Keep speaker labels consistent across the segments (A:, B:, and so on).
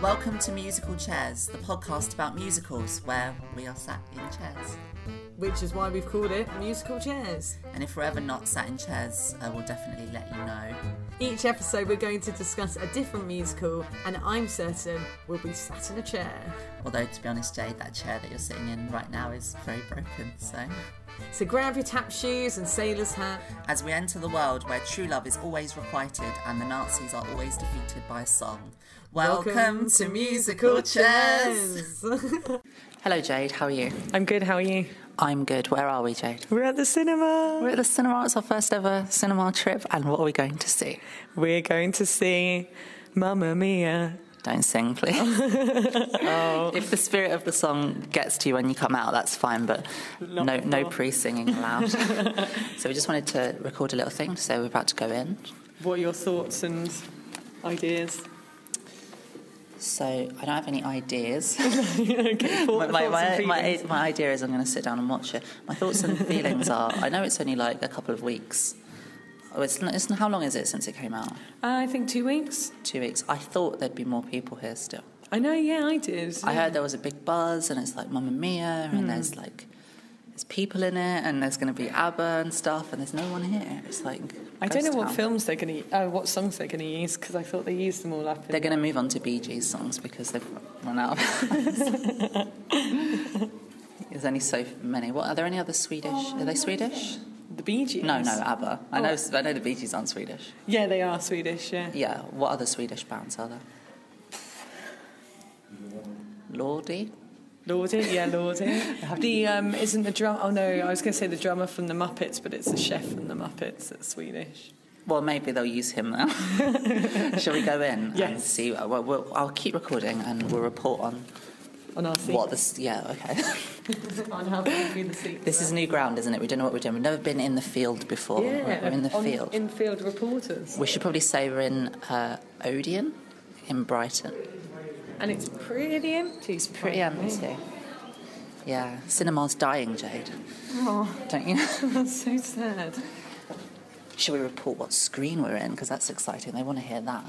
A: Welcome to Musical Chairs, the podcast about musicals where we are sat in chairs.
B: which is why we've called it Musical Chairs.
A: And if we're ever not sat in chairs, uh, we'll definitely let you know.
B: Each episode, we're going to discuss a different musical, and I'm certain we'll be sat in a chair.
A: Although, to be honest, Jade, that chair that you're sitting in right now is very broken. So,
B: So grab your tap shoes and sailor's hat.
A: as we enter the world where true love is always requited and the Nazis are always defeated by a song, welcome, to Musical Chairs. Hello, Jade. How are you?
B: I'm good, how are you?
A: I'm good. Where are we, Jade?
B: We're at the cinema.
A: We're at the cinema. It's our first ever cinema trip. And what are we going to see?
B: We're going to see Mamma Mia.
A: Don't sing, please. If the spirit of the song gets to you when you come out, that's fine, but no, no pre singing allowed. so we just wanted to record a little thing, so we're about to go in.
B: What are your thoughts and ideas?
A: So I don't have any ideas.
B: okay,
A: my, my, my, my, my idea is I'm going to sit down and watch it. My thoughts and feelings are I know it's only like a couple of weeks. Oh, it's, not, it's not, how long is it since it came out?
B: I think two weeks.
A: Two weeks. I thought there'd be more people here still.
B: I know, yeah, I did.
A: I heard there was a big buzz, and it's like Mamma Mia,
C: Hmm.
A: and there's like there's people in it, and there's going to be ABBA and stuff, and there's no one here. It's like
C: I don't know
A: ghost
C: what
A: town.
C: films they're going to, uh, what songs they're going to use because I thought they used them all up. in-
A: They're going to move on to Bee Gees songs because they've run out. of There's only so many. What are there any other Swedish? Are they Swedish?
C: the Bee Gees.
A: No, no, ABBA. I know.
C: Oh.
A: I know the Bee Gees aren't Swedish.
C: Yeah, they are Swedish. Yeah.
A: Yeah. What other Swedish bands are there? Lordi.
C: Lordy, yeah, Lordy. the um, isn't the drum? Oh no, I was going to say the drummer from the Muppets, but it's the chef from the Muppets that's Swedish.
A: Well, maybe they'll use him now. Shall we go in and
C: Yes.
A: see? Uh, Well, we'll, I'll keep recording and we'll report on
C: On our seat.
A: what this. Yeah, okay.
C: On how they do the seat.
A: this is new ground, isn't it? We don't know what we're doing. We've never been in the field before.
C: yeah,
A: we're, we're in the
C: on-
A: field.
C: In field reporters,
A: we should probably say we're in uh, Odeon in Brighton.
C: and it's pretty empty. It's
A: Pretty empty. Yeah, cinema's dying, Jade. Don't you?
C: oh, That's so sad.
A: Shall we report what screen we're in? Because that's exciting. They want to hear that.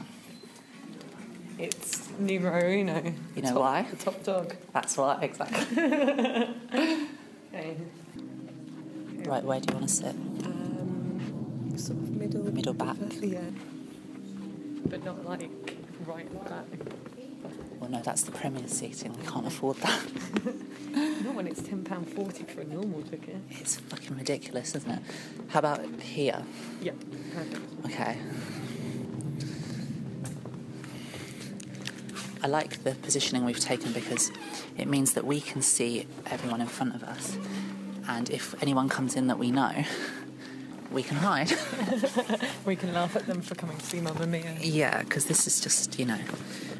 C: It's numero uno.
A: You know
C: top,
A: why?
C: The top dog.
A: That's what, exactly.
C: Okay.
A: Right, where do you want to sit?
C: Um, sort of middle.
A: Middle back.
C: Yeah. But not like right back.
A: Well, no, that's the premier seating. We can't afford that.
C: Not when it's ten pound forty for a normal ticket.
A: It's fucking ridiculous, isn't it? How about here?
C: Yeah. Perfect.
A: Okay. I like the positioning we've taken because it means that we can see everyone in front of us. And if anyone comes in that we know, we can hide.
C: We can laugh at them for coming to see Mamma Mia.
A: yeah, because this is just, you know,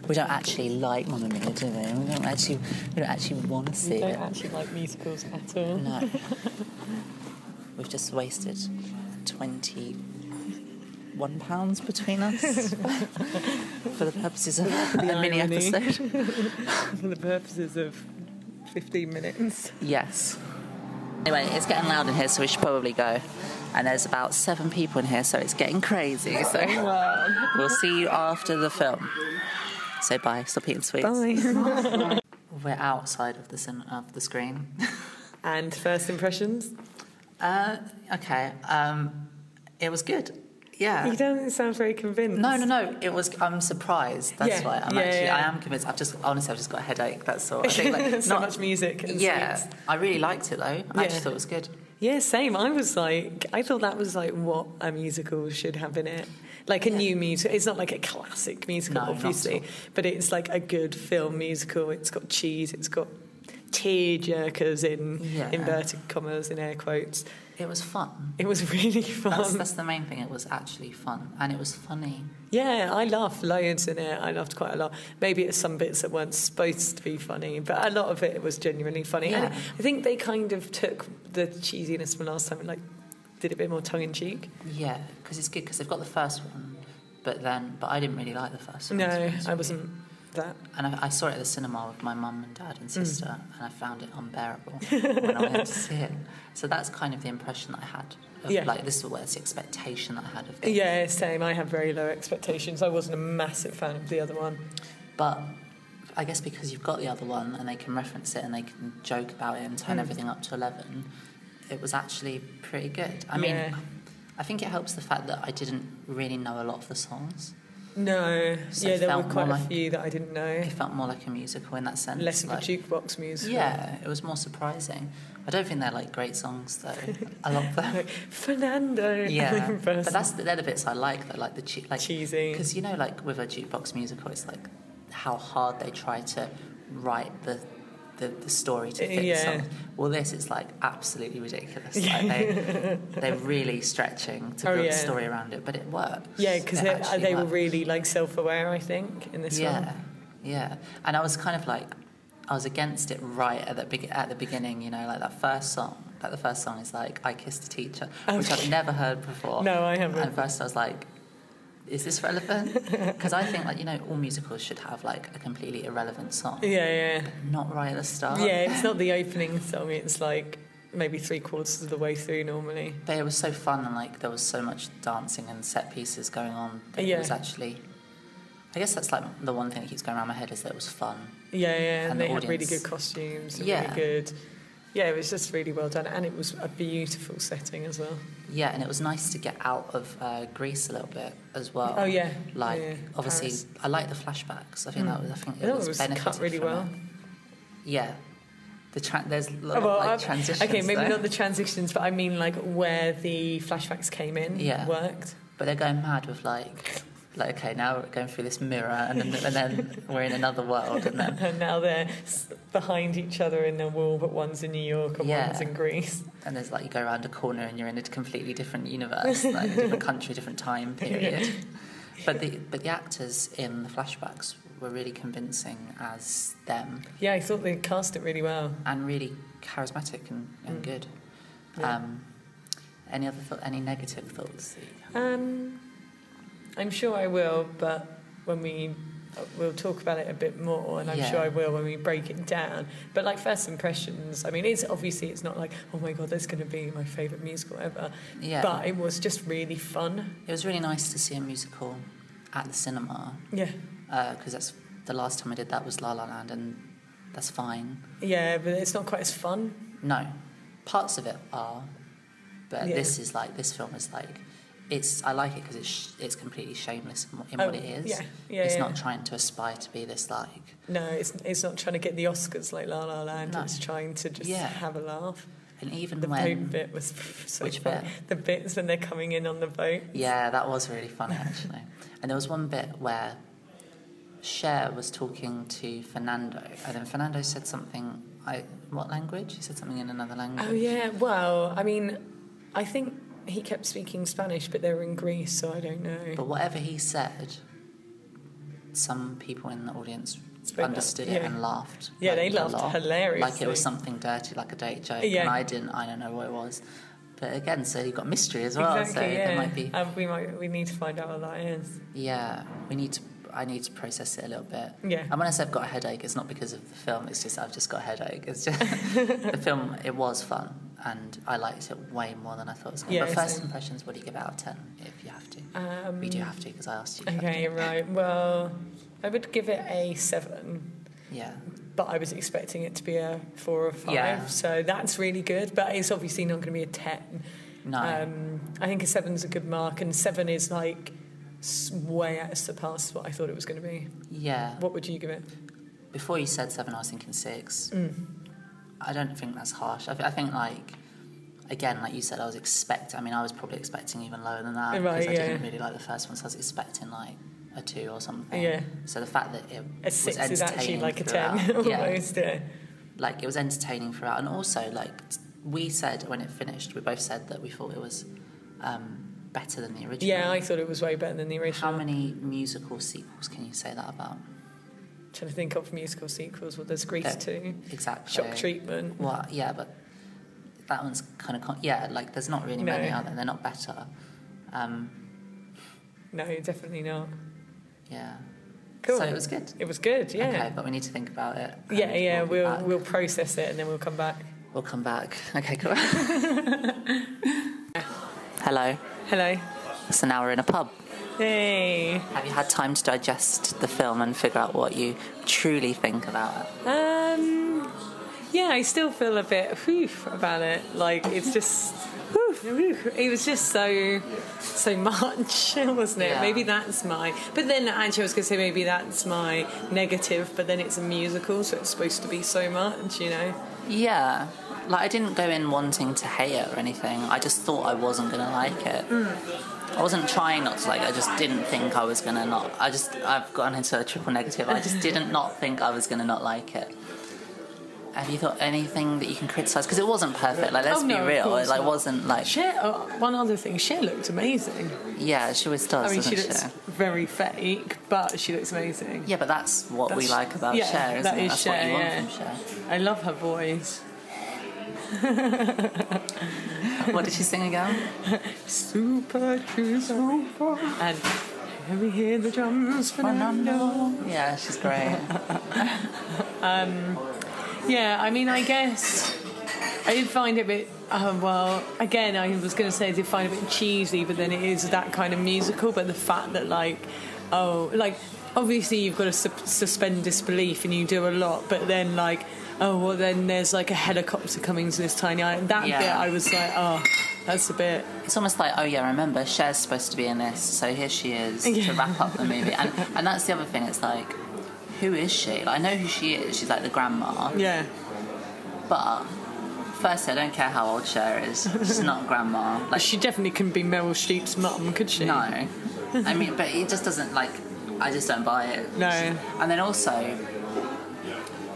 A: we don't actually like Mamma Mia, do we? We don't actually, we don't actually want to see
C: They
A: it.
C: don't actually like musicals at all.
A: No. We've just wasted £21 between us for the purposes of a mini
C: irony.
A: episode.
C: For the purposes of fifteen minutes.
A: Yes. Anyway, it's getting loud in here, so we should probably go. And there's about seven people in here, so it's getting crazy. So
C: Wow.
A: we'll see you after the film. So bye. Stop eating sweets. We're outside of the cin- of the screen.
C: and first impressions?
A: Uh, okay. Um, it was good. Yeah.
C: You don't sound very convinced.
A: No, no, no. It was. I'm surprised. That's
C: Yeah,
A: why I'm
C: yeah,
A: actually.
C: yeah.
A: I am convinced. I've just honestly, I've just got a headache. That's all. I think like
C: so
A: not.
C: much music. And
A: yeah,
C: sweets.
A: I really liked it though. I
C: Yeah.
A: actually thought it was good.
C: Yeah, same. I was like, I thought that was like what a musical should have in it. Like a new musical. It's not like a classic musical,
A: No, not at
C: obviously,
A: all.
C: but it's like a good film musical. It's got cheese, it's got tear jerkers in
A: Yeah.
C: inverted commas, in air quotes.
A: It was fun.
C: It was really
A: That's,
C: fun.
A: that's the main thing. It was actually fun, and it was funny.
C: Yeah, I laughed loads in it. I laughed quite a lot. Maybe it's some bits that weren't supposed to be funny, but a lot of it was genuinely funny. And
A: Yeah.
C: I think they kind of took the cheesiness from last time and like did a bit more tongue in cheek.
A: Yeah, because it's good because they've got the first one, but then but I didn't really like the first one. to be
C: No,
A: honest
C: I
A: with you.
C: wasn't that.
A: And I, I saw it at the cinema with my mum and dad and
C: Mm.
A: sister, and I found it unbearable when I went to see it. So that's kind of the impression that I had. Of,
C: Yeah.
A: Like this was the expectation that I had of it.
C: Yeah, same. I have very low expectations. I wasn't a massive fan of the other one.
A: But I guess because you've got the other one and they can reference it and they can joke about it and turn
C: Hmm.
A: everything up to 11, it was actually pretty good. I mean,
C: Yeah.
A: I think it helps the fact that I didn't really know a lot of the songs.
C: No,
A: So
C: yeah,
A: it
C: there were
A: felt more
C: quite a
A: like-
C: few that I didn't know.
A: It felt more like a musical in that sense.
C: Less of a
A: like-
C: jukebox music.
A: Yeah, it was more surprising. I don't think they're like great songs though. I love them.
C: Like, Fernando.
A: Yeah, but
C: Versus
A: that's the, they're the bits I like. though, like the che- like
C: cheesy.
A: Because you know, like with a jukebox musical, it's like how hard they try to write the the, the story to fit
C: Yeah.
A: the song. Well, this is like absolutely ridiculous. Like they they're really stretching to
C: Oh,
A: build a
C: yeah.
A: story around it, but it works.
C: Yeah, because
A: It
C: they, uh,
A: actually
C: they were
A: works.
C: really like self-aware, I think, in this
A: yeah,
C: one.
A: yeah. And I was kind of like, I was against it right at the be- at the beginning. You know, like that first song. Like the first song is like "I Kissed a Teacher," which I've never heard before.
C: No, I haven't.
A: And at first, I was like. Is this relevant? Because I think, like you know, all musicals should have like a completely irrelevant song,
C: Yeah,
A: not right at the start.
C: yeah, yeah. It's not the opening song; it's like maybe three quarters of the way through normally.
A: But it was so fun, and like there was so much dancing and set pieces going on. That
C: Yeah.
A: It was actually, I guess that's like the one thing that keeps going around my head is that it was fun.
C: Yeah, yeah, and,
A: And
C: they
A: the
C: had really
A: audience.
C: good costumes. and
A: Yeah.
C: really good. Yeah, it was just really well done, and it was a beautiful setting as well.
A: Yeah, and it was nice to get out of uh, Greece a little bit as well.
C: Oh, yeah.
A: like
C: Yeah, yeah.
A: obviously,
C: Paris.
A: I like the flashbacks. I think that was. I think
C: I
A: it
C: thought
A: was,
C: it was
A: benefited
C: cut really
A: from
C: well. Oh,
A: it. Yeah, the tra- there's a lot
C: well,
A: of
C: I'm-
A: like, transitions.
C: okay, maybe
A: though,
C: not the transitions, but I mean like where the flashbacks came in.
A: Yeah.
C: worked.
A: but they're going mad with like. Like okay, now we're going through this mirror, and then, and then we're in another world, and then
C: And now they're s- behind each other in the wall, but one's in New York and
A: Yeah.
C: one's in Greece.
A: and there's like you go around a corner and you're in a completely different universe, like a different country, different time period. But the but the actors in the flashbacks were really convincing as them.
C: Yeah, I thought they cast it really well.
A: and really charismatic and, and good.
C: Mm. Yeah.
A: Um, any other thought, any negative thoughts? that you have?
C: Um, I'm sure I will, but when we we'll talk about it a bit more, and I'm
A: Yeah.
C: sure I will when we break it down. But like first impressions, I mean, it's obviously it's not like oh my god, that's going to be my favorite musical ever.
A: Yeah,
C: But it was just really fun.
A: it was really nice to see a musical at the cinema
C: Yeah,
A: because Uh, that's the last time I did that was La La Land, and that's fine.
C: yeah, but it's not quite as fun.
A: No, parts of it are, but
C: Yeah.
A: this is like this film is like it's. I like it because it's sh- it's completely shameless in, what- in what
C: Oh,
A: it is.
C: Yeah, yeah.
A: it's
C: yeah.
A: not trying to aspire to be this like
C: No, it's it's not trying to get the Oscars like La La Land.
A: No.
C: It's trying to just
A: Yeah.
C: have a laugh.
A: and even
C: The
A: when
C: boat bit was so
A: Which
C: fun.
A: bit?
C: The bits when they're coming in on the boat.
A: Yeah, that was really fun actually. and there was one bit where Cher was talking to Fernando, and then Fernando said something. I what language? He said something in another language.
C: Oh yeah. Well, I mean, I think he kept speaking Spanish, but they were in Greece, so I don't know.
A: But whatever he said, some people in the audience
C: Spoke up,
A: understood it
C: yeah.
A: and laughed.
C: Yeah, they
A: a
C: laughed
A: lot. Like it
C: hilariously.
A: was something dirty, like a date joke,
C: Yeah.
A: and I didn't. I don't know what it was. But again, so you've got mystery as well. so
C: exactly.
A: there
C: yeah.
A: might be.
C: Um, we might. We need to find out what that is.
A: Yeah, we need to. I need to process it a little bit.
C: Yeah.
A: And when I say I've got a headache, it's not because of the film. It's just I've just got a headache. It's just the film. It was fun, and I liked it way more than I thought it was going. to
C: Yeah,
A: but first
C: same.
A: impressions, what do you give out of ten if you have to?
C: Um,
A: we do have to because I asked you. if you have
C: Okay.
A: to.
C: Right. Well, I would give it a seven.
A: Yeah.
C: but I was expecting it to be a four or five.
A: Yeah.
C: So that's really good, but it's obviously not going to be a 10.
A: No.
C: Um, I think a seven's a good mark, and seven is like s- way out surpassed what I thought it was going to be.
A: yeah.
C: What would you give it?
A: Before you said seven, I was thinking six.
C: Mm.
A: I don't think that's harsh. I, th- I think like. Again, like you said, I was expect. I mean, I was probably expecting even lower than that
C: Right,
A: because I
C: yeah.
A: didn't really like the first one, so I was expecting like a two or something.
C: Yeah.
A: So the fact that it
C: A six
A: was
C: is actually
A: entertaining
C: like a
A: throughout,
C: 10
A: yeah,
C: almost. Yeah.
A: like it was entertaining throughout, and also like t- we said when it finished, we both said that we thought it was um, better than the original.
C: yeah, I thought it was way better than the original.
A: How many musical sequels can you say that about?
C: trying to think of musical sequels. Well, there's Grease
A: Yeah.
C: 2,
A: Exactly.
C: Shock Treatment.
A: Well, yeah, but that one's kind of con- yeah. Like, there's not really
C: No.
A: many out there. They're not better. Um,
C: No, definitely not.
A: yeah.
C: Cool.
A: So it was good.
C: It was good, yeah.
A: Okay, but we need to think about it. and
C: Yeah, yeah,
A: be
C: we'll
A: back.
C: we'll process it and then we'll come back.
A: We'll come back. Okay, cool. Hello.
C: Hello.
A: So now we're in a pub.
C: Hey.
A: Have you had time to digest the film and figure out what you truly think about it?
C: Um, yeah, I still feel a bit whew about it. Like it's just, whew, whew. it was just so, so much, wasn't it?
A: Yeah.
C: Maybe that's my. But then actually, I was going to say maybe that's my negative. But then it's a musical, so it's supposed to be so much, you know.
A: Yeah. Like, I didn't go in wanting to hate it or anything. I just thought I wasn't going to like it.
C: Hmm.
A: I wasn't trying not to like it. I just didn't think I was going to not. I just, I've gone into a triple negative. I just didn't not think I was going to not like it. Have you thought anything that you can criticise? Because it wasn't perfect. Like, let's
C: Oh,
A: be
C: no, of
A: real. It
C: course
A: like
C: not.
A: wasn't like.
C: Cher, oh, one other thing, Cher looked amazing.
A: Yeah, she always does.
C: I mean,
A: doesn't
C: she looks very fake, but she looks amazing.
A: Yeah, but that's what we
C: That's-
A: like about
C: yeah,
A: Cher, isn't
C: that
A: it?
C: is
A: That's
C: Cher,
A: what you want
C: yeah.
A: from
C: I love her voice.
A: Cher. What did she sing again?
C: Super true, super. And here we hear the drums, Fernando.
A: Yeah, she's great.
C: Yeah, I mean, I guess I did find it a bit. Um, well, again, I was going to say I did find it a bit cheesy, but then it is that kind of musical. But the fact that, like, oh, like, obviously you've got to su- suspend disbelief and you do a lot, but then, like, oh, well, then there's like a helicopter coming to this tiny island. That
A: Yeah.
C: bit, I was like, oh, that's a bit.
A: It's almost like, oh yeah, remember Cher's supposed to be in this, so here she is to wrap up the movie. And and that's the other thing. It's like, who is she? Like, I know who she is. She's like the grandma,
C: Yeah.
A: but. Firstly, I don't care how old Cher is. She's not grandma. Like
C: She definitely couldn't be Meryl Streep's mum, could she?
A: No. I mean, but it just doesn't like. I just don't buy it.
C: No.
A: And then also,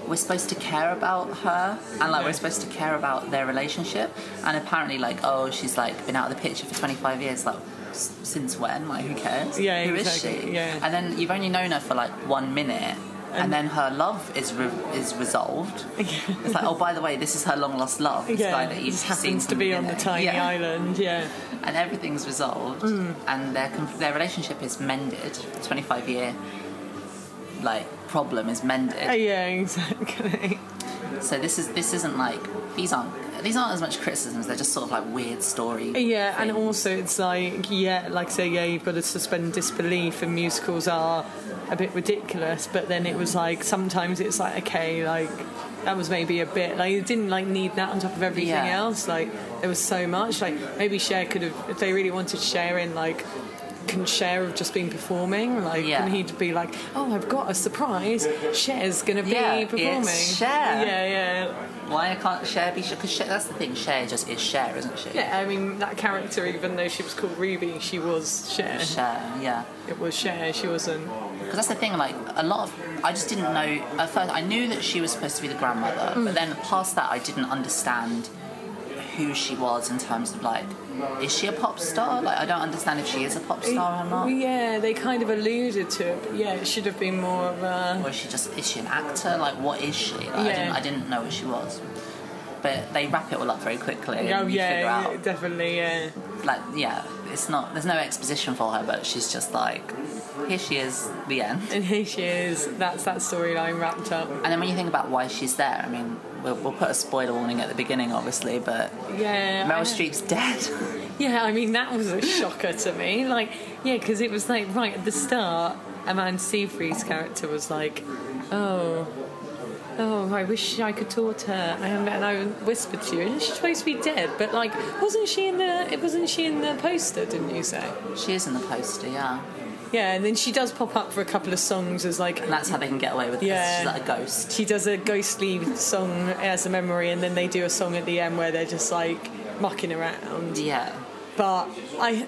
A: we're supposed to care about her, and like we're supposed to care about their relationship. And apparently, like, oh, she's like been out of the picture for 25 years. Like, s- since when? Like, who cares?
C: Yeah,
A: Who is
C: exactly,
A: she?
C: yeah.
A: And then you've only known her for like one minute. And then her love is re- is resolved. It's like, oh, by the way, this is her long lost love. This guy
C: Yeah,
A: that
C: it
A: you've
C: just
A: seen
C: happens
A: from
C: to be on the
A: beginning.
C: tiny
A: Yeah
C: island. Yeah,
A: and everything's resolved, and their com- their relationship is mended. Twenty five year like problem is
C: Oh,
A: mended.
C: yeah, exactly.
A: So this is this isn't like these aren't these aren't as much criticisms. They're just sort of like weird story.
C: Yeah, and
A: things.
C: also it's like, yeah, like I say, yeah, you've got to suspend disbelief, and musicals are a bit ridiculous. But then it was like sometimes it's like, okay, like that was maybe a bit like it didn't like need that on top of everything
A: Yeah.
C: else. Like there was so much. Like maybe Cher could have, if they really wanted Cher in, like. Can Cher have just been performing? Like,
A: Yeah.
C: and he'd be like, "Oh, I've got a surprise. Cher's gonna be
A: Yeah, it's
C: performing."
A: Cher.
C: Yeah, yeah,
A: why can't Cher be Because Cher, that's the thing. Cher just is Cher, isn't she?
C: yeah. I mean, that character, even though she was called Ruby, she was Cher.
A: Cher, yeah.
C: It was Cher. She wasn't.
A: Because that's the thing. Like a lot of I just didn't know at first. I knew that she was supposed to be the grandmother,
C: Mm.
A: but then past that, I didn't understand who she was in terms of like, is she a pop star? Like I don't understand if she is a pop
C: Eh,
A: star or not.
C: Well, yeah, they kind of alluded to it. But yeah, it should have been more of a.
A: Or is she just is she an actor? Like what is she? Like, I,
C: Yeah.
A: didn't, I didn't know what she was. But they wrap it all up very quickly. and
C: Oh
A: you figure
C: yeah, yeah,
A: out
C: definitely. Yeah,
A: like yeah, it's not there's no exposition for her, but she's just like here she is, the end.
C: and here she is. That's that storyline wrapped up.
A: And then when you think about why she's there, I mean, we'll, we'll put a spoiler warning at the beginning, obviously, but
C: Yeah, I-
A: Meryl Streep's dead.
C: Yeah, I mean that was a shocker to me. Like, yeah, because it was like right at the start, Amanda Seyfried's character was like, "Oh, oh, I wish I could talk to her," and, and I whispered to you, "Isn't she supposed to be dead?" But like, wasn't she in the? It wasn't she in the poster? Didn't you say?
A: she is in the poster, yeah.
C: Yeah, and then she does pop up for a couple of songs as like
A: And that's how they can get away with it. 'cause
C: Yeah.
A: She's like a ghost.
C: she does a ghostly song as a memory, and then they do a song at the end where they're just like mucking around.
A: Yeah.
C: But I,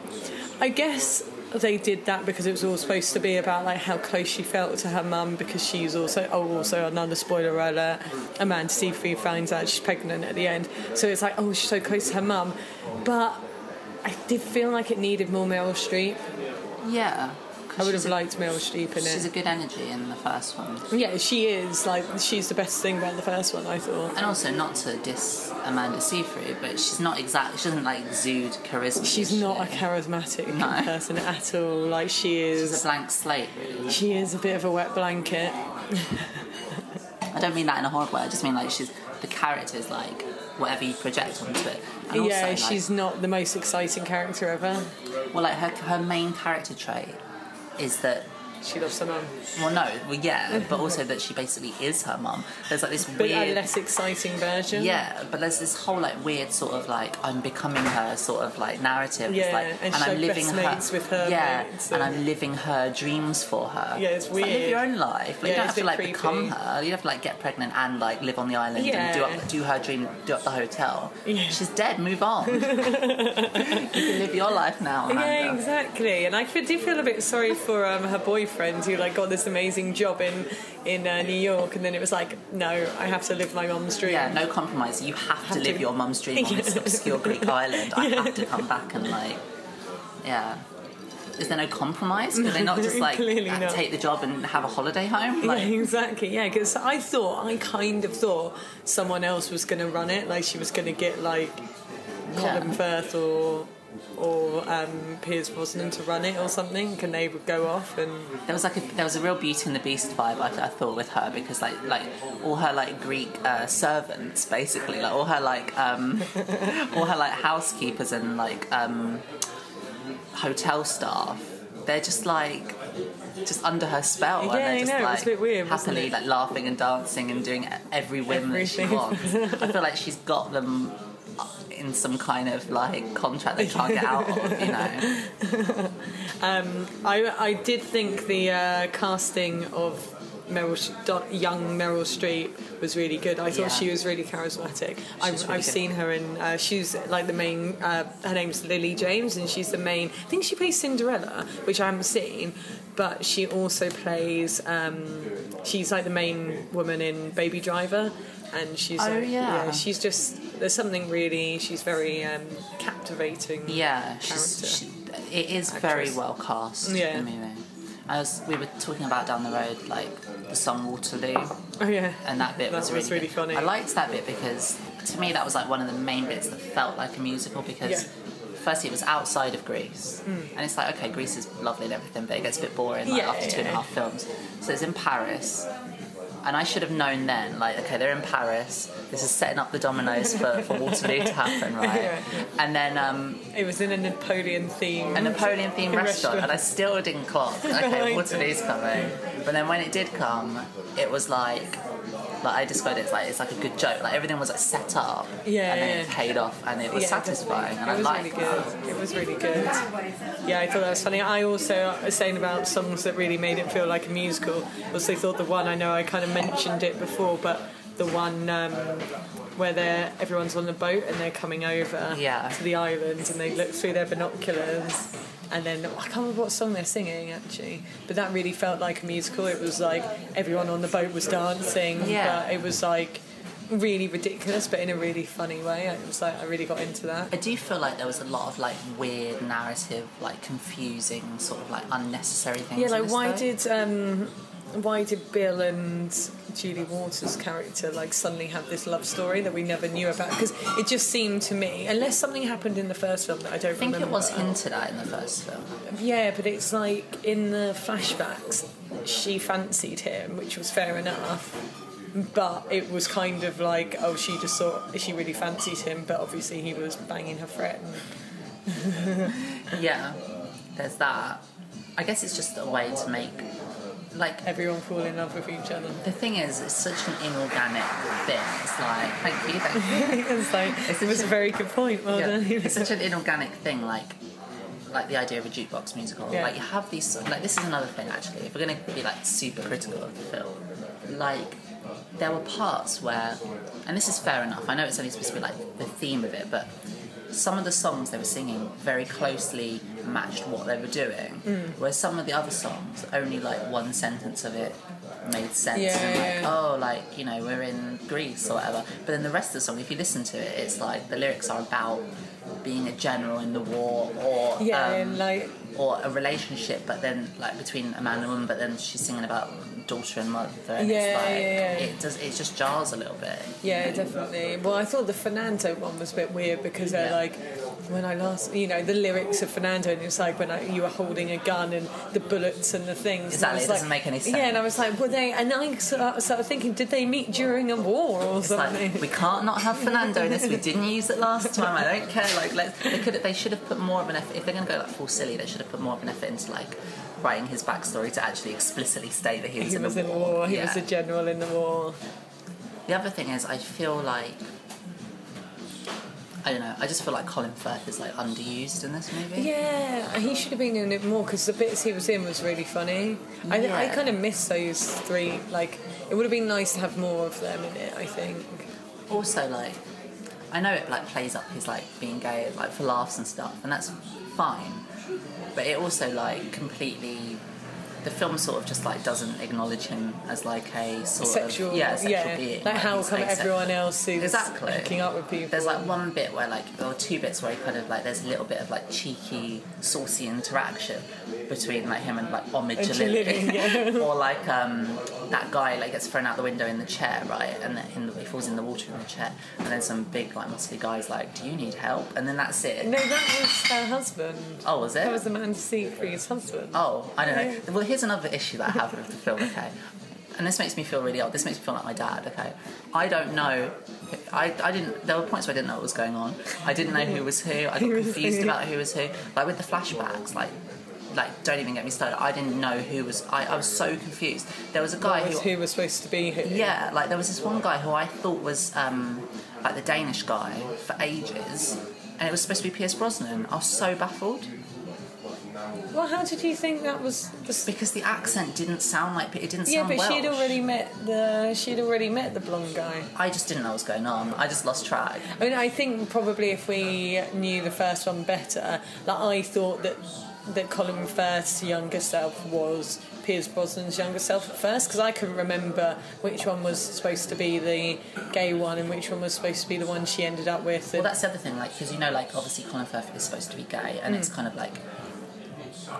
C: I guess they did that because it was all supposed to be about like how close she felt to her mum because she's also oh also another spoiler alert Amanda Seyfried finds out she's pregnant at the end so it's like oh she's so close to her mum but I did feel like it needed more Meryl Streep
A: Yeah.
C: I would have
A: She's a-
C: liked Meryl Streep in
A: She's
C: it
A: a good energy in the first one.
C: yeah she is like she's the best thing about the first one I thought
A: And also, not to diss Amanda Seyfried, but she's not exact. she doesn't like exude charisma.
C: She's
A: does
C: not a
A: she?
C: charismatic
A: No.
C: person at all. Like she
A: She's a
C: is,
A: blank slate, really.
C: she is a bit of a wet blanket.
A: I don't mean that in a horrible way. I just mean like she's the character is like whatever you project onto it. And also,
C: yeah,
A: like,
C: she's not the most exciting character ever.
A: Well, like her her main character trait is that
C: She loves her mum.
A: well, no, well, yeah, but also that she basically is her mum. There's like this
C: But a
A: weird.
C: less exciting version.
A: Yeah, but there's this whole like weird sort of like I'm becoming her sort of like narrative. It's
C: Yeah,
A: like,
C: and she's, like, best mates with her
A: yeah,
C: mates
A: and
C: and-
A: I'm living her dreams for her.
C: Yeah, it's
A: Like, live
C: weird.
A: your own life. Like, you
C: Yeah,
A: don't
C: it's
A: have to
C: a
A: like
C: bit
A: become
C: creepy.
A: her. You have to like get pregnant and like live on the island and do
C: Yeah.
A: up do her dream, do up the hotel.
C: Yeah.
A: She's dead. Move on. you can live your life now.
C: Yeah,
A: Amanda.
C: exactly. And I fe- do feel a bit sorry for um, her boyfriend who like got this amazing job in in uh, New York, and then it was like, no, I have to live my mum's dream.
A: Yeah, no compromise. You have, to
C: to.
A: live your mum's dream on this obscure Greek island. I have to come back and like, yeah. Is there no compromise? Could they not just like uh,
C: Clearly not.
A: take the job and have a holiday home? Like,
C: yeah, exactly. Yeah, because I thought, I kind of thought someone else was going to run it. Like she was going to get like Colin Firth or or um, Piers Brosnan to run it or something, and they would go off and
A: There was like a, there was a real Beauty and the Beast vibe I, I thought with her because like like all her like Greek uh, servants basically like all her like um, all her like housekeepers and like um, hotel staff they're just like just under her spell and
C: Yeah, I
A: they're just
C: know, it was
A: like
C: a bit weird, wasn't
A: happily
C: it?
A: like laughing and dancing and doing every whim
C: Everything.
A: that she wants. I feel like she's got them in some kind of like contract they can't get out of you know.
C: I, I did think the uh, casting of Meryl, Sh- Do- young Meryl Streep was really good. I thought
A: Yeah.
C: she was really charismatic. I've,
A: really
C: I've
A: good.
C: seen her in. Uh, she's like the main. Uh, her name's Lily James, and she's the main. I think she plays Cinderella, which I haven't seen, but she also plays. Um, she's like the main woman in Baby Driver, and she's.
A: Oh,
C: uh,
A: yeah.
C: She's just. There's something really. She's very um, captivating.
A: Yeah, she's,
C: character.
A: she, it is very
C: Actress.
A: well cast.
C: Yeah.
A: The movie. I was we were talking about down the road like the song Waterloo,
C: Oh yeah.
A: and that bit
C: That
A: was really,
C: was really
A: good.
C: funny.
A: I liked that bit because to me that was like one of the main bits that felt like a musical because.
C: Yeah. Mm.
A: Firstly, it was outside of Greece, and it's like okay, Greece is lovely and everything, but it gets a bit boring like,
C: Yeah,
A: after two and a
C: yeah.
A: half films. So it's in Paris, and I should have known then, like, okay, they're in Paris. This is setting up the dominoes for, for Waterloo to happen, right?
C: Yeah.
A: And then um,
C: It was in a Napoleon theme.
A: a Napoleon themed
C: Restaurant.
A: restaurant, and I still didn't clock. Okay, Waterloo's coming. But then when it did come, it was like, like I described it as like it's like a good joke. Like everything was like set up,
C: Yeah,
A: and then it
C: yeah.
A: paid off, and it was
C: Yeah,
A: satisfying, and I
C: It was really
A: liked
C: good.
A: that.
C: It was really good. Yeah, I thought that was funny. I also was saying about songs that really made it feel like a musical. Also thought the one I know I kind of mentioned it before, but the one um, where they're everyone's on the boat and they're coming over
A: Yeah.
C: to the island and they look through their binoculars. And then I can't remember what song they're singing actually, but that really felt like a musical. It was like everyone on the boat was dancing,
A: Yeah.
C: but it was like really ridiculous, but in a really funny way. It was like I really got into that.
A: I do feel like there was a lot of like weird narrative, like confusing, sort of like unnecessary things.
C: Yeah,
A: in
C: like
A: this,
C: why
A: though.
C: did um, why did Bill and Julie Waters' character like suddenly have this love story that we never knew about? Because it just seemed to me, unless something happened in the first film that I don't
A: I think it
C: remember.
A: was hinted at in the first film.
C: Yeah, but it's like in the flashbacks, she fancied him, which was fair enough. But it was kind of like, oh, she just thought she really fancied him, but obviously he was banging her friend.
A: Yeah, there's that. I guess it's just a way to make like
C: Everyone fall in love with each other.
A: The thing is, it's such an inorganic thing. It's like, thank you, thank you.
C: it's like,
A: It's
C: it was
A: such
C: a
A: a-
C: very good point. Well
A: Yeah.
C: done.
A: It's such an inorganic thing, like like the idea of a jukebox musical.
C: Yeah.
A: Like you have these, like this is another thing actually. If we're gonna be like super critical of the film, like there were parts where, and this is fair enough. I know it's only supposed to be like the theme of it, but some of the songs they were singing very closely matched what they were doing,
C: Mm.
A: whereas some of the other songs only like one sentence of it made sense.
C: Yeah,
A: and,
C: yeah,
A: like,
C: yeah.
A: oh, like, you know, we're in Greece or whatever. But then the rest of the song, if you listen to it, it's like the lyrics are about being a general in the war or
C: Yeah,
A: um,
C: and like
A: or a relationship, but then like between a man and a woman, but then she's singing about daughter and mother, and
C: Yeah,
A: it's like
C: yeah, yeah.
A: it does it just jars a little bit.
C: Yeah, definitely. Well, I thought the Fernando one was a bit weird because they're
A: Yeah.
C: like, when I last, you know, the lyrics of Fernando, and it's like when I, you were holding a gun and the bullets and the things. And I
A: Exactly,
C: was
A: it doesn't make any
C: Yeah, and I
A: sense.
C: was like, were they? And I started, started thinking, did they meet during a war or
A: It's
C: something?
A: like we can't not have Fernando in this. We didn't use it last time. I don't care. Like let they could they should have put more of an effort. If they're going to go like full silly, they should have put more of an effort into like writing his backstory to actually explicitly state that he was
C: he
A: in
C: was
A: the
C: in
A: war.
C: war. He
A: Yeah.
C: was a general in the war.
A: The other thing is, I feel like. I don't know. I just feel like Colin Firth is like underused in this movie.
C: Yeah, he should have been in it more because the bits he was in was really funny. I, I
A: Yeah.
C: kind of miss those three. Like, it would have been nice to have more of them in it. I think.
A: Also, like, I know it like plays up his like being gay, like for laughs and stuff, and that's fine. But it also like completely, the film sort of just like doesn't acknowledge him as like a sort
C: Sexual,
A: of yeah, sexual being.
C: Like, how
A: he's
C: come
A: asexual.
C: everyone else who's
A: Exactly.
C: hooking up with people?
A: There's like one bit where like or two bits where he kind of like there's a little bit of like cheeky, saucy interaction between like him and like homage
C: And Jalili, yeah.
A: or like um that guy like gets thrown out the window in the chair, right? And then in the, he falls in the water in the chair, and then some big like muscly guy's like, "Do you need help?" And then that's it.
C: No, that was her husband.
A: Oh, was it?
C: That was the man to see Siegfried's husband.
A: Oh, I don't know. Well, here's another issue that I have with the film, okay? And this makes me feel really old. This makes me feel like my dad, okay? I don't know. I, I didn't. There were points where I didn't know what was going on. I didn't know who was who. I got confused about who was who. Like with the flashbacks, like. Like, don't even get me started. I didn't know who was. I, I was so confused. There was a guy
C: That was
A: who
C: who was supposed to be who.
A: yeah, like there was this one guy who I thought was um, like the Danish guy for ages, and it was supposed to be Pierce Brosnan. I was so baffled
C: Well, how did you think that was? The...
A: because the accent didn't sound like it didn't
C: Yeah,
A: sound
C: but
A: Welsh.
C: she'd already met the she'd already met the blonde guy.
A: I just didn't know what was going on. I just lost track.
C: I mean, I think probably if we knew the first one better, like I thought that that Colin Firth's younger self was Piers Brosnan's younger self at first because I couldn't remember which one was supposed to be the gay one and which one was supposed to be the one she ended up with.
A: Well,
C: And
A: that's the other thing, like because you know, like obviously Colin Firth is supposed to be gay, and
C: Mm.
A: it's kind of like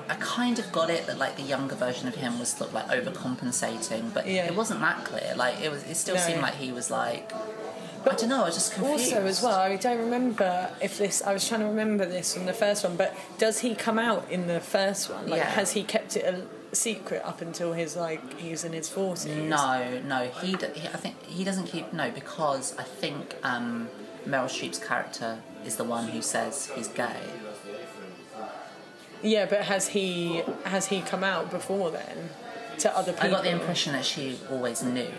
A: I kind of got it that like the younger version of him was sort of like overcompensating, but
C: Yeah.
A: it wasn't that clear. Like it was, it still
C: No.
A: seemed like he was like. I
C: But
A: don't know. I was just confused.
C: also, as well, I don't remember if this. I was trying to remember this from the first one, but does he come out in the first one? Like,
A: Yeah.
C: has he kept it a secret up until his like he's in his forties?
A: No, no, he, d- he. I think he doesn't keep no because I think um, Meryl Streep's character is the one who says he's gay.
C: Yeah, but has he has he come out before then to other people?
A: I got the impression that she always knew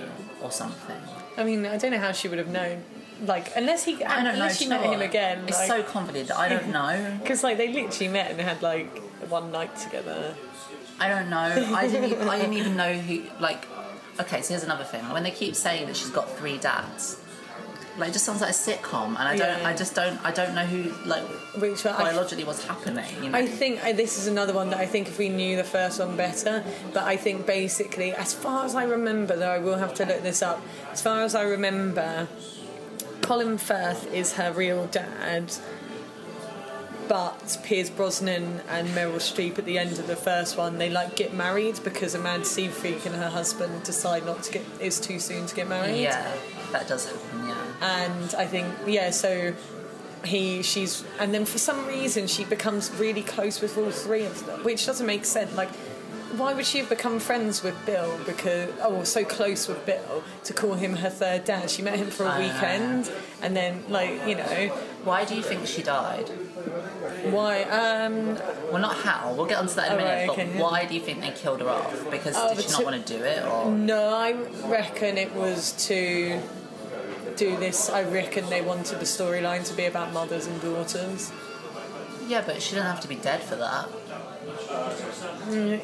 A: or something.
C: I mean, I don't know how she would have known. Like, unless he,
A: I don't know.
C: unless
A: do
C: she
A: you
C: met
A: know
C: him
A: what?
C: again.
A: It's so convoluted. I don't know.
C: because like they literally met and had like one night together.
A: I don't know. I didn't. Even, I didn't even know who. Like, okay. So here's another thing. When they keep saying that she's got three dads, like, it just sounds like a sitcom, and I don't.
C: Yeah.
A: I just don't. I don't know who. Like,
C: Which I-
A: biologically was happening. You know.
C: I think I, this is another one that I think if we knew the first one better, but I think basically, as far as I remember, though I will have to look this up, as far as I remember, Colin Firth is her real dad, but Piers Brosnan and Meryl Streep at the end of the first one, they like get married because Amanda Seyfried and her husband decide not to get, it's too soon to get married
A: yeah, that does happen. Yeah.
C: and I think yeah, so he she's and then for some reason she becomes really close with all three of them, which doesn't make sense. Like, why would she have become friends with Bill? Because oh, so close with Bill to call him her third dad. She met him for
A: Ah.
C: a weekend, and then like you know
A: Why do you think she died?
C: why? Um,
A: Well, not how. We'll get onto that in a
C: Oh,
A: minute.
C: right,
A: but
C: okay, yeah.
A: why do you think they killed her off? Because
C: Oh,
A: did
C: but Mm.
A: she not
C: to-
A: want to do it? Or
C: no, I reckon it was to do this. I reckon they wanted the storyline to be about mothers and daughters.
A: yeah, but she didn't have to be dead for that.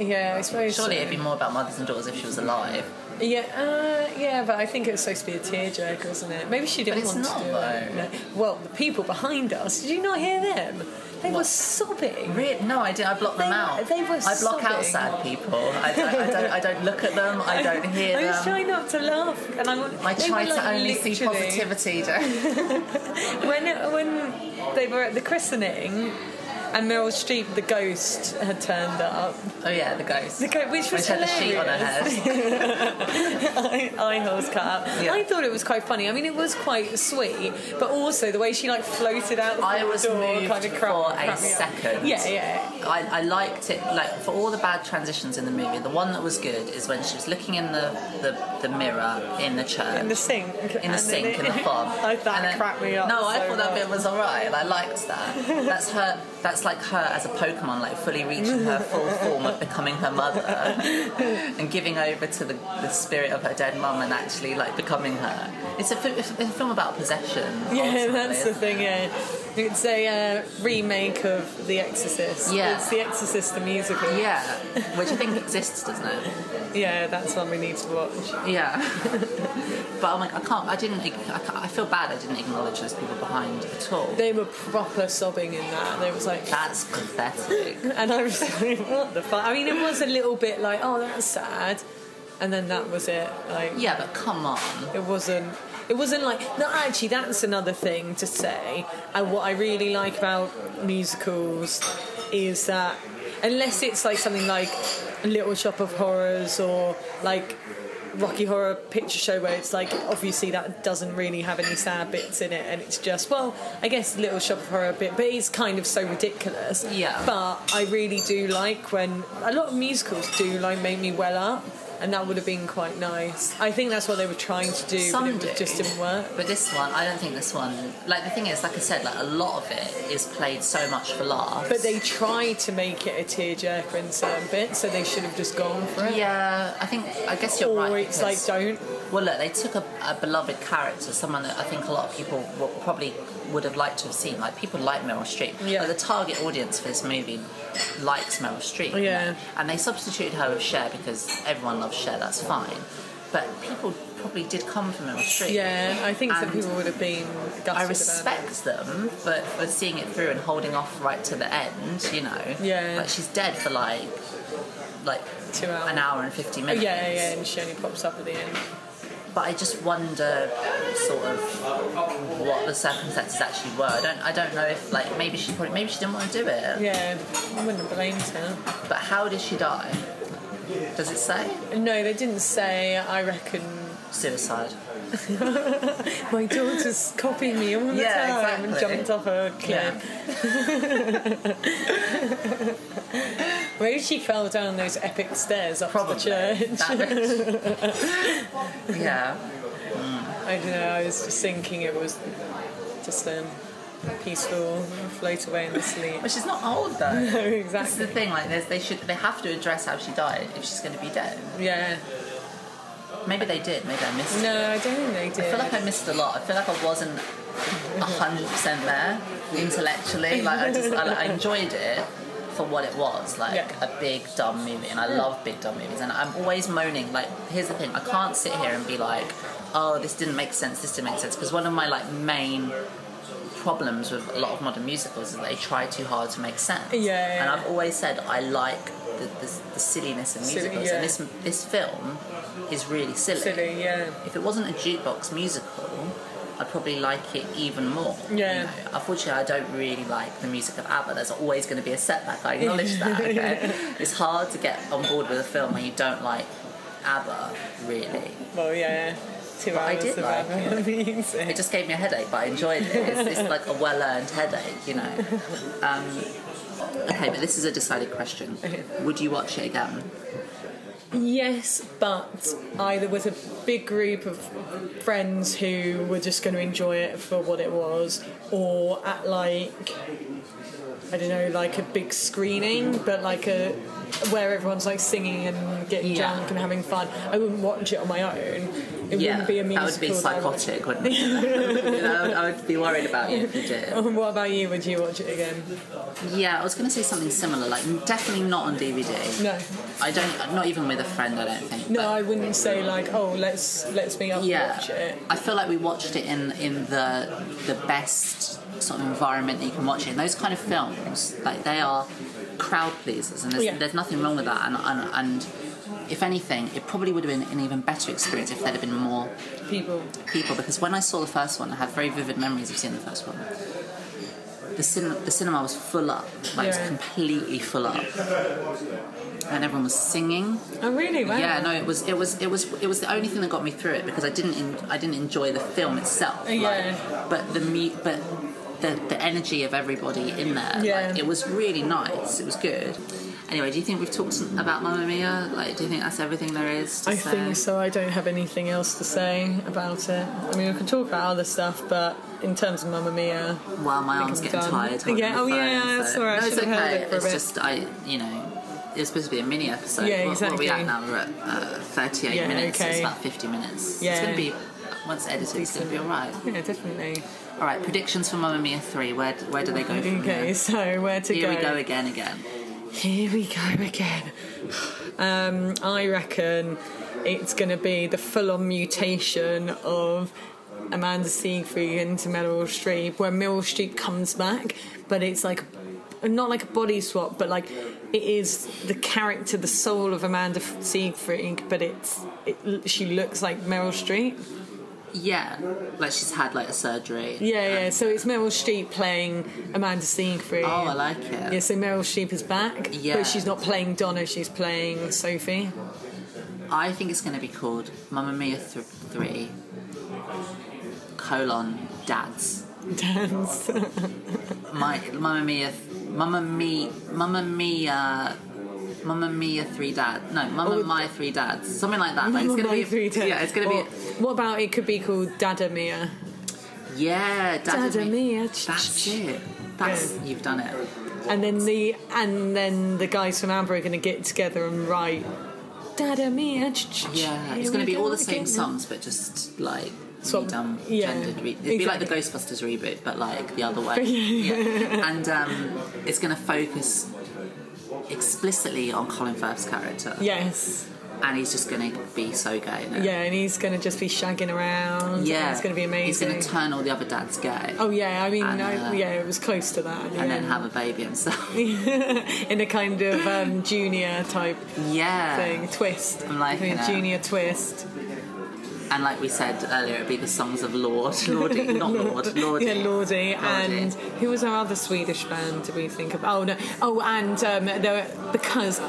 C: Yeah, I suppose.
A: Surely
C: so.
A: it'd be more about mothers and daughters if she was alive.
C: Yeah, uh, yeah, but I think it was supposed to be a tearjerker, wasn't it? Maybe she didn't
A: But it's
C: want
A: not,
C: to do it.
A: though.
C: No. Well, the people behind us, did you not hear them? They were
A: What?
C: sobbing.
A: Really? No, I did. I block them
C: They-
A: out.
C: they were
A: I block out
C: sobbing.
A: sad people. I don't, I don't. I don't look at them. I don't hear
C: I was
A: them.
C: trying not to laugh, and I, want-
A: I
C: they
A: try
C: were,
A: to
C: like,
A: only see
C: literally-
A: positivity. don't-
C: When it- when they were at the christening, and Meryl Streep, the ghost, had turned up,
A: oh yeah, the ghost.
C: the go- which
A: Which
C: was
A: had the
C: hilarious.
A: sheet on her head.
C: eye, eye holes cut out.
A: Yeah.
C: I thought it was quite funny. I mean, it was quite sweet, but also the way she like floated out. The
A: I
C: front
A: was
C: door
A: moved
C: kind of cracked,
A: for
C: cracked me
A: a
C: up.
A: second.
C: Yeah, yeah.
A: I, I liked it like for all the bad transitions in the movie the one that was good is when she was looking in the, the, the mirror in the church
C: In the sink.
A: in the sink in the fob.
C: I, that
A: And then-
C: cracked me up.
A: No, I
C: so
A: thought that
C: much.
A: bit was alright. I liked that. That's her. That's like her as a Pokemon, like fully reaching her full form of becoming her mother and giving over to the, the spirit of her dead mum and actually like becoming her. It's a, fi- it's a film about possession.
C: Yeah,
A: ultimately.
C: that's the thing. Yeah, it's a uh, remake of The Exorcist.
A: Yeah.
C: it's The Exorcist the musical.
A: Yeah, which I think exists, doesn't it?
C: yeah, that's one we need to watch.
A: Yeah. but I'm like, I can't. I didn't. ig- I, can't, I feel bad. I didn't acknowledge those people behind at all.
C: They were proper sobbing in that. There was like,
A: That's pathetic.
C: and I was like, what the fuck? I mean, it was a little bit like, oh, that's sad, and then that was it. Like,
A: Yeah, but come on.
C: it wasn't. It wasn't like no. Actually, that's another thing to say. And what I really like about musicals is that unless it's like something like Little Shop of Horrors or like Rocky Horror Picture Show, where it's like obviously that doesn't really have any sad bits in it, and it's just well, I guess Little Shop of Horror bit, but it's kind of so ridiculous.
A: Yeah.
C: But I really do like when a lot of musicals do like make me well up. And that would have been quite nice. I think that's what they were trying to do,
A: Some
C: but it was-
A: do.
C: just didn't work.
A: But this one, I don't think this one. Like the thing is, like I said, like a lot of it is played so much for laughs.
C: But they tried to make it a tearjerker in certain bits, so they should have just gone for it.
A: yeah, I think I guess you're
C: or
A: right.
C: it's like
A: because-
C: don't.
A: well, look, they took a, a beloved character, someone that I think a lot of people w- probably would have liked to have seen. Like people like Meryl Streep.
C: Yeah.
A: Like, the target audience for this movie likes Meryl Streep. you know?
C: Yeah.
A: And they substituted her with Cher because everyone loves Cher. That's fine. But people probably did come for Meryl Streep.
C: Yeah, I think some
A: And-
C: people would have been gutted
A: I
C: about
A: respect them, but for seeing it through and holding off right to the end, you know.
C: Yeah.
A: Like she's dead for like, like
C: Two hours.
A: an hour and fifty
C: it.
A: minutes.
C: Yeah, yeah, and she only pops up at the end.
A: But I just wonder, sort of, what the circumstances actually were. I don't, I don't know if like maybe she probably maybe she didn't want to do it.
C: Yeah, I wouldn't have blamed her.
A: But how did she die? Does it say
C: No, they didn't say. I reckon
A: suicide?
C: my daughter's copying me all the
A: Yeah,
C: time and
A: exactly.
C: jumped off a cliff. Maybe she fell down those epic stairs up
A: Probably.
C: to the church.
A: That- yeah.
C: I don't know. I was just thinking it was just um, peaceful, float away in the sleep.
A: But she's not old though.
C: No,
A: That's the
C: exactly.
A: thing. Like, there's, they should, they have to address how she died if she's going to be dead.
C: Yeah.
A: Maybe they did. Maybe I missed. it.
C: No, I don't think they
A: I
C: did.
A: feel like I missed a lot. I feel like I wasn't hundred percent there intellectually. Like I just, I, I enjoyed it for what it was, like
C: Yeah. Hmm.
A: a big dumb movie, and I love big dumb movies. And I'm always moaning. Like, here's the thing: I can't sit here and be like, oh, this didn't make sense. This didn't make sense because one of my like main problems with a lot of modern musicals is that they try too hard to make sense.
C: Yeah, yeah,
A: And
C: yeah.
A: I've always said I like the, the, the silliness of
C: Silly,
A: musicals,
C: yeah.
A: and this this film is really
C: Silly, yeah.
A: if it wasn't a jukebox musical, I'd probably like it even more.
C: Yeah.
A: know. Unfortunately, I don't really like the music of ABBA. There's always going to be a setback. I acknowledge that. Okay. It's hard to get on board with a film when you don't like ABBA. Really,
C: Well, yeah.
A: I
C: Two hours
A: did
C: of
A: like
C: ABBA music.
A: it just gave me a headache, but I enjoyed it. It's, it's like a well-earned headache, you know. Um, okay, but this is a decided question. Would you watch it again?
C: Yes, but either with a big group of friends who were just going to enjoy it for what it was, or at like I don't know, like a big screening, but like a where everyone's like singing and getting
A: Yeah.
C: drunk and having fun. I wouldn't watch it on my own. It
A: yeah,
C: wouldn't be a musical.
A: that would be
C: I would-
A: psychotic, wouldn't it? You know, I, would, I would be worried about you if you did.
C: Oh, what about you? Would you watch it again?
A: Yeah, I was going to say something similar. Like definitely not on DVD.
C: No,
A: I don't. Not even with a friend. I don't think.
C: no,
A: But-
C: I wouldn't say like, oh, let's let's meet up and
A: yeah,
C: watch it.
A: I feel like we watched it in in the the best sort of environment that you can watch it. in. those kind of films, like they are crowd pleasers, and there's,
C: Yeah.
A: there's nothing wrong with that. And, and and if anything, it probably would have been an even better experience if there'd have been more
C: People,
A: people because when I saw the first one, I had very vivid memories of seeing the first one. the, cin- the cinema was full up, like it was
C: Yeah.
A: completely full up, and everyone was singing.
C: Oh, really? Wow.
A: Yeah, no, it was it was it was it was the only thing that got me through it because I didn't en- I didn't enjoy the film itself. like,
C: Yeah.
A: but the me but the the energy of everybody in there.
C: Yeah.
A: Like, it was really nice. It was good. Anyway, do you think we've talked about Mamma Mia? Like, do you think that's everything there is to
C: I
A: say?
C: think so. I don't have anything else to say about it. I mean, we can talk about other stuff, but in terms of Mamma Mia,
A: Well, my
C: I think
A: arm's
C: I'm
A: getting
C: done.
A: tired. holding
C: Yeah,
A: the
C: oh,
A: phone,
C: yeah,
A: so-
C: sorry, I
A: No, it's
C: should've held
A: okay.
C: it for a
A: it's
C: bit.
A: just I, you know, it's supposed to be a mini episode.
C: Yeah,
A: What- What, are we
C: exactly.
A: at now? We're at uh, 38
C: Yeah,
A: minutes. so It's
C: okay.
A: about 50 minutes. It's
C: Yeah.
A: going to be once edited. It's going to be all right.
C: yeah, definitely.
A: All right, predictions for Mamma Mia 3. Where where do they go from
C: Okay,
A: here?
C: so where to
A: Here
C: go?
A: we go again, again.
C: Here we go again. Um, I reckon it's going to be the full-on mutation of Amanda Seyfried into Meryl Streep, where Meryl Streep comes back, but it's like not like a body swap, but like it is the character, the soul of Amanda Seyfried, but it's it, she looks like Meryl Streep.
A: Yeah, like she's had like a surgery.
C: Yeah, yeah. So it's Meryl Streep playing Amanda Seyfried.
A: Oh, I like it.
C: Yeah, so Meryl Streep is back,
A: Yeah.
C: but she's not playing Donna, she's playing Sophie.
A: I think it's going to be called Mamma Mia th- 3 colon dads.
C: Dance.
A: My Mamma Mia, Mamma Mia, Mamma Mia, Mamma Mia Three Dads. No,
C: Oh,
A: Mamma My Three Dads. Something like that. Like, it's gonna be,
C: Three dads. Oh.
A: Yeah, it's gonna
C: Or,
A: be.
C: What about it could be called Dada Mia?
A: Yeah, Dad
C: Dada Mia.
A: That's it. That's you've done it.
C: And then the and then the guys from Amber are going to get together and write Dada Mia.
A: Yeah, it's
C: Here
A: gonna
C: we
A: be all
C: go
A: the same
C: again.
A: songs, but just like.
C: Swap-
A: redone,
C: yeah,
A: gendered re- it'd be like the Ghostbusters reboot, but like the other way. yeah. And um, it's going to focus explicitly on Colin Firth's character,
C: Yes.
A: and he's just going to be so gay. in it.
C: Yeah, and he's going to just be shagging around.
A: Yeah,
C: and it's going to be amazing.
A: He's going to turn all the other dads gay,
C: oh yeah, I mean,
A: And,
C: I-
A: uh,
C: yeah, it was close to that.
A: and then have a baby himself.
C: in a kind of um, junior type
A: yeah,
C: thing twist.
A: I'm liking
C: Doing
A: it.
C: junior twist.
A: and like we said earlier, it'd be the songs of Lord, Lordy, not Lord, Lordy.
C: Yeah, Lordy. And who was our other Swedish band? Did we think of? Oh no. Oh, and um, there because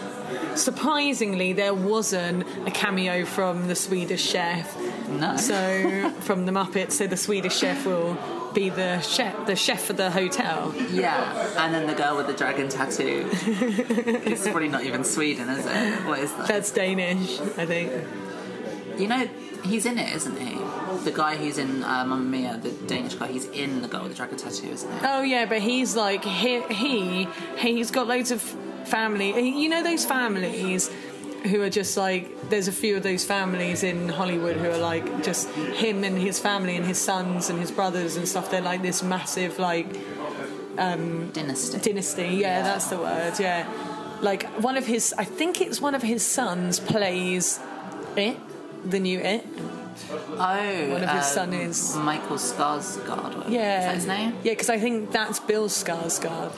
C: surprisingly there wasn't a cameo from the Swedish chef.
A: no,
C: So from the Muppets, so the Swedish chef will be the chef, the chef of the hotel.
A: yeah, and then the girl with the dragon tattoo. it's probably not even Sweden, is it? What is that?
C: That's Danish, I think.
A: You know, he's in it, isn't he? The guy who's in uh, Mamma Mia, the Danish guy, he's in the girl with the dragon tattoo, isn't he?
C: Oh yeah, but he's like he, he he's got loads of family. he- You know those families who are just like there's a few of those families in Hollywood who are like just him and his family and his sons and his brothers and stuff. They're like this massive like
A: Dynasty.
C: dynasty. Yeah, that's the word. Yeah, like one of his. I think it's one of his sons plays it, the new it.
A: oh,
C: One of his
A: um,
C: son is-
A: Michael Skarsgård. or-
C: Yeah,
A: is that his name?
C: Yeah, because I think that's Bill Skarsgård.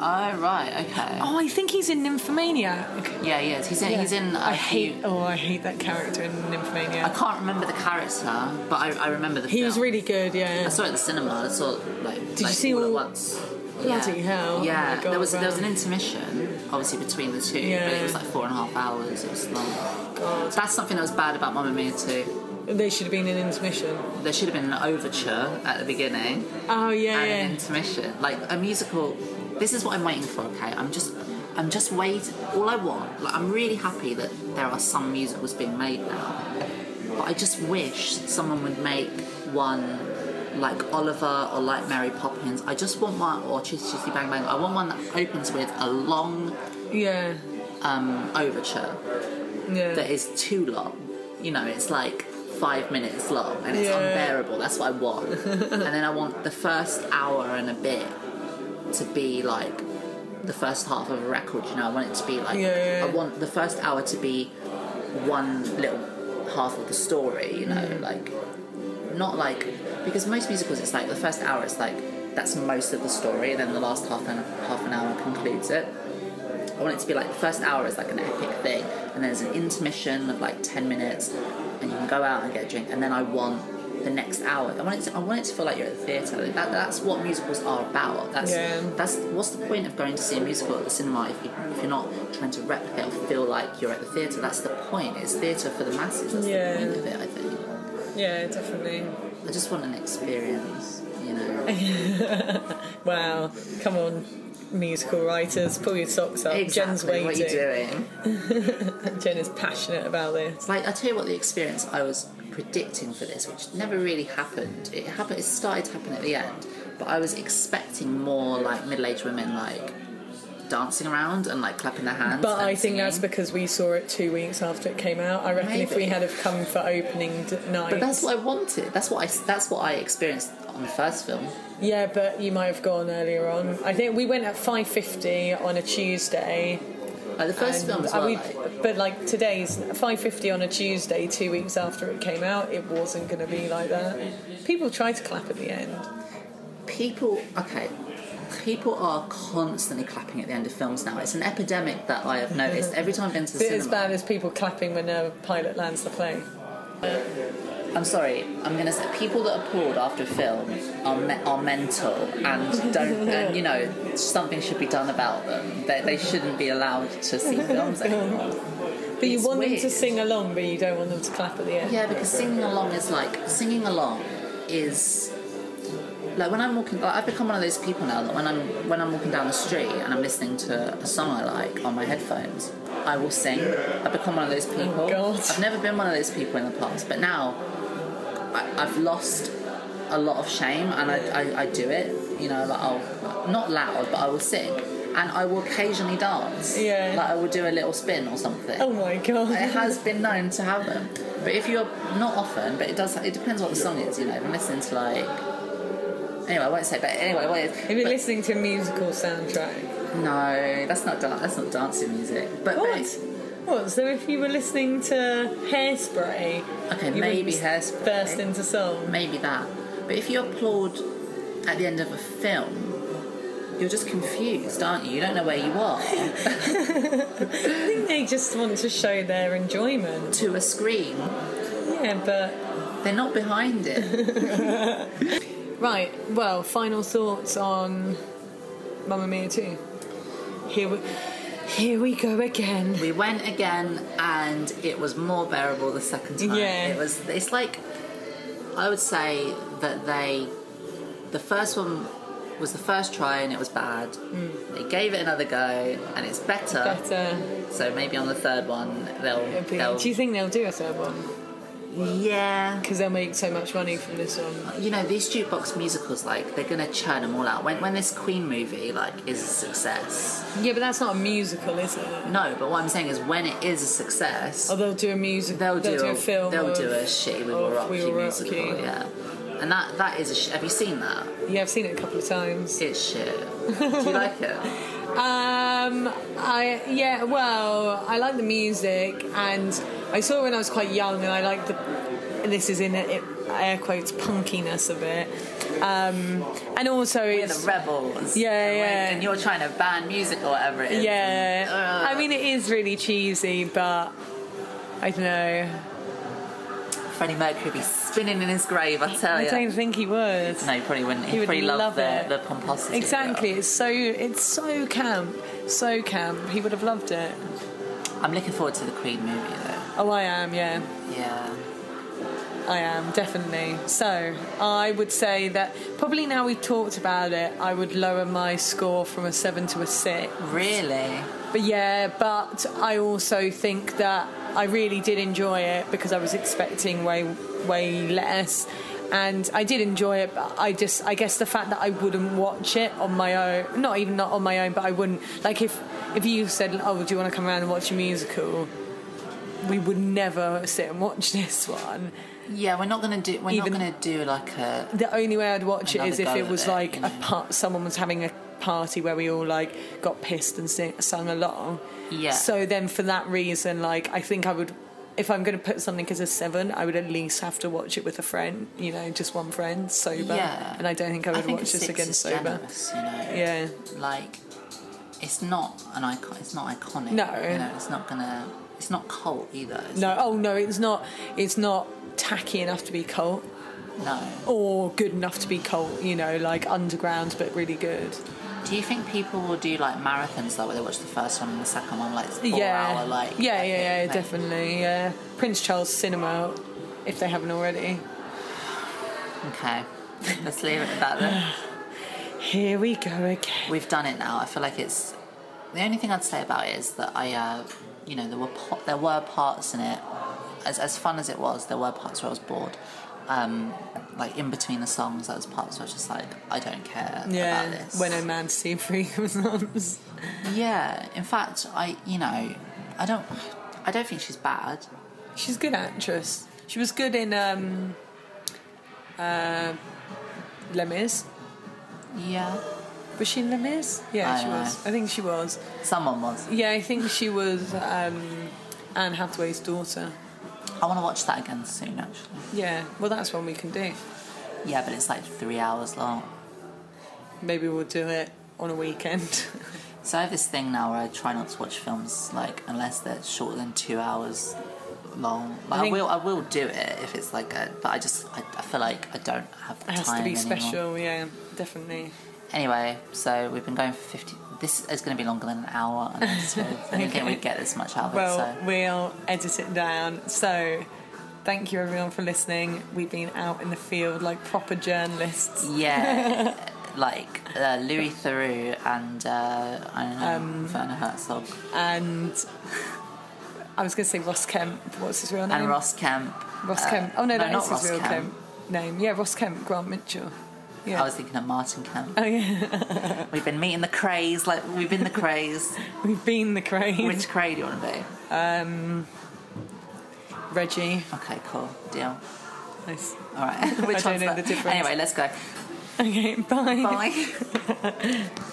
A: Oh right, okay.
C: Oh, I think he's in Nymphomaniac.
A: Yeah, he is. He's in. He's in. A
C: I
A: few-
C: hate. Oh, I hate that character in
A: I
C: Nymphomania.
A: can't remember the character, but I, I remember the.
C: He
A: film.
C: was really good.
A: I
C: Yeah.
A: saw it at the cinema. I saw it, like. Did
C: you
A: like,
C: see
A: all,
C: all-
A: at once?
C: Bloody
A: yeah.
C: hell. Oh
A: Yeah,
C: my God,
A: there was there was an
C: wow.
A: intermission, obviously between the two, but
C: Yeah.
A: it was like four and a half hours. It was long. That's something that was bad about Mamma Mia too.
C: They should have been in intermission.
A: There should have been an overture at the beginning
C: Oh yeah.
A: and an
C: yeah.
A: intermission, like a musical. This is what I'm waiting for. Okay, I'm just. I'm just waiting. All I want, like, I'm really happy that there are some musicals being made now, but I just wish someone would make one like Oliver or like Mary Poppins. I just want one or Chitty Chitty Bang Bang. I want one that opens with a long
C: Yeah.
A: um, overture
C: Yeah.
A: that is too long. You know, it's like five minutes long and it's
C: Yeah.
A: unbearable. That's what I want. and then I want the first hour and a bit to be like the first half of a record. You know, I want it to be like
C: Yeah.
A: I want the first hour to be one little half of the story. You know,
C: Mm.
A: like not like because most musicals it's like the first hour it's like that's most of the story and then the last half an half an hour concludes it i want it to be like the first hour is like an epic thing and then there's an intermission of like 10 minutes and you can go out and get a drink and then i want the next hour. I want it to, I want it to feel like you're at the theatre. Like, that, that's what musicals are about. That's
C: Yeah.
A: that's what's the point of going to see a musical at the cinema if, you, if you're not trying to replicate or feel like you're at the theatre. That's the point. It's theatre for the masses. That's
C: Yeah.
A: the point of it. I think.
C: Yeah, definitely.
A: I just want an experience. You know.
C: Wow, come on, musical writers, pull your socks up. Jen's
A: Exactly
C: waiting.
A: what you're doing.
C: Jen is passionate about this.
A: Like I tell you what, the experience I was predicting for this, which never really happened. It happened. It started to happen at the end, but I was expecting more like middle-aged women like dancing around and like clapping their hands.
C: But
A: and
C: I think that's
A: singing.
C: because we saw it two weeks after it came out. I reckon if we
A: Maybe.
C: had have come for opening d- night,
A: But that's what I wanted. That's what I. That's what I experienced on the first film.
C: yeah, but you might have gone earlier on. I think we went at five fifty on a Tuesday.
A: Like the first
C: and
A: film as
C: uh,
A: well.
C: we-
A: like,
C: but like today's 5.50 on a tuesday two weeks after it came out it wasn't going to be like that people try to clap at the end
A: people okay people are constantly clapping at the end of films now it's an epidemic that i have noticed every time i've been to the
C: Is it as
A: cinema
C: bad as people clapping when a pilot lands the plane?
A: i'm sorry i'm gonna say people that applaud after a film are, me- are mental and don't and you know something should be done about them they, they shouldn't be allowed to see films anymore
C: But you
A: It's
C: want them to
A: weird.
C: sing along, but you don't want them to clap at the end.
A: Yeah, because singing along is like singing along is like when I'm walking. Like I've become one of those people now that when I'm when I'm walking down the street and I'm listening to a song I like on my headphones, I will sing. I've become one of those people.
C: Oh, God.
A: I've never been one of those people in the past, but now I, I've lost a lot of shame and I, I, I do it. You know, like I'll not loud, but I will sing. And I will occasionally dance.
C: Yeah.
A: Like I will do a little spin or something
C: Oh my god.
A: it has been known to have them. But if you're not often, but it does, it depends what the song is. You know, if I'm listening to like. Anyway, I won't say. But anyway, what it is-
C: if you're
A: but-
C: listening to a musical soundtrack,
A: no, that's not dan- that's not dancing music. But, but
C: what? What? So if you were listening to Hairspray,
A: okay,
C: you
A: maybe
C: would
A: Hairspray.
C: burst into song.
A: maybe that. But if you applaud at the end of a film, you're just confused, aren't you? You don't know where you are
C: I think they just want to show their enjoyment.
A: to a screen.
C: Yeah, but
A: They're not behind it.
C: Right. Well, final thoughts on Mamma Mia 2. Here we, here we go again.
A: we went again, and it was more bearable the second time.
C: Yeah.
A: It was. It's like I would say that they, the first one was the first try and it was bad.
C: Mm.
A: They gave it another go and it's better.
C: Better.
A: So maybe on the third one they'll.
C: It'd uh, be-
A: they'll
C: Do you think they'll do a third one?
A: yeah.
C: Because they'll make so much money from this one.
A: You know these jukebox musicals, like they're gonna churn them all out. When when this Queen movie like is a success,
C: Yeah, but that's not a musical, is it?
A: no. But what I'm saying is when it is a success,
C: Or they'll do a music.
A: they'll, do,
C: a, film.
A: They'll
C: of-
A: do a shitty We
C: of
A: Will Rock
C: We
A: You
C: Will Rock
A: musical,
C: You.
A: yeah. And that that is a sh- have you seen that?
C: Yeah, I've seen it a couple of times.
A: It's shit. do you like it?
C: Um, I yeah, well, I like the music, and I saw it when I was quite young, and I like the this is in air quotes punkiness of it, um, and also
A: We're
C: it's
A: the rebels.
C: Yeah,
A: and we're-
C: yeah.
A: And you're trying to ban music or whatever it is.
C: yeah,
A: Ugh.
C: I mean it is really cheesy, but I don't know.
A: Freddie Mercury be spinning in his grave, I tell
C: I
A: you.
C: don't think he would.
A: No, he probably wouldn't. He,
C: He would
A: probably
C: love
A: loved the,
C: it.
A: the pomposity. of it.
C: Exactly, it's so it's so camp, so camp. He would have loved it.
A: I'm looking forward to the Queen movie though.
C: Oh, I am, yeah.
A: Yeah.
C: I am definitely. So I would say that probably now we've talked about it, I would lower my score from a seven to a six.
A: Really?
C: But yeah, but I also think that I really did enjoy it because I was expecting way way less. And I did enjoy it, but I just, I guess the fact that I wouldn't watch it on my own, not even not on my own, but I wouldn't, like if, if you said, oh, do you want to come around and watch a musical? We would never sit and watch this one.
A: Yeah, we're not gonna do we're
C: Even-
A: not gonna do like a
C: The only way I'd watch it
A: Another
C: is if
A: go
C: it
A: at
C: was
A: it,
C: like
A: you
C: a
A: know.
C: part, someone was having a party where we all like got pissed and sing, sung along.
A: Yeah.
C: So then for that reason, like I think I would, if I'm going to put something as a seven, I would at least have to watch it with a friend, you know, just one friend sober.
A: Yeah.
C: And I don't think I would
A: think a
C: watch this
A: six
C: again
A: is
C: sober.
A: generous, you know?
C: Yeah.
A: like it's not an icon. It's not iconic.
C: No.
A: you know, it's not gonna. It's not cult either. It's
C: No, oh no, it's not. It's not tacky enough to be cult.
A: No.
C: or good enough to be cult, you know, like underground but really good.
A: Do you think people will do like marathons though, where they watch the first one and the second one, like it's four
C: yeah.
A: hour, like
C: yeah,
A: epic
C: yeah, yeah,
A: thing?
C: definitely. Yeah, Prince Charles Cinema, if they haven't already.
A: Okay, let's leave it at that. Then.
C: Here we go again.
A: We've done it now. I feel like it's the only thing I'd say about it is that I, uh, you know, there were po- there were parts in it as as fun as it was. There were parts where I was bored. Um, like in between the songs, there was parts where I was just like, I don't care
C: Yeah,
A: about this.
C: when a man see free was arms.
A: yeah, in fact, I, you know, I don't, I don't think she's bad.
C: She's a good actress. She was good in um, uh, Les Mis.
A: Yeah,
C: Was she in Les Mis? Yeah,
A: I
C: she
A: don't
C: was. I think she was.
A: someone was.
C: Yeah, I think she was um, Anne Hathaway's daughter.
A: I want to watch that again soon, actually.
C: Yeah, well, that's one we can do.
A: Yeah, but it's like three hours long.
C: Maybe we'll do it on a weekend.
A: So I have this thing now where I try not to watch films like unless they're shorter than two hours long. Like, I,
C: think-
A: will, I will do it if it's like a, but I just, I, I feel like I don't have the
C: it has
A: time
C: to be
A: anymore.
C: special, yeah, definitely.
A: Anyway, so we've been going for fifty. This is going to be longer than an hour. and So I don't think we get this much out of
C: Well,
A: it. So
C: we'll edit it down. So, thank you everyone for listening. We've been out in the field like proper journalists.
A: Yeah, like uh, Louis Theroux and uh, I don't know
C: Um,
A: Werner Herzog
C: and I was going to say Ross Kemp. What's his real name?
A: and Ross Kemp.
C: Ross
A: uh,
C: Kemp. Oh no, that
A: not
C: is
A: Ross
C: his real
A: Kemp.
C: Kemp. name. Yeah, Ross Kemp. Grant Mitchell. Yeah.
A: I was thinking of Martin Kemp.
C: Oh yeah,
A: We've been meeting the craze, like we've been the craze.
C: we've been the crane.
A: Which cray do you want to be?
C: Reggie.
A: Okay, cool, deal.
C: Nice.
A: All right. Which
C: I don't
A: one's
C: know
A: that?
C: the difference.
A: Anyway, let's go.
C: Okay, bye.
A: Bye.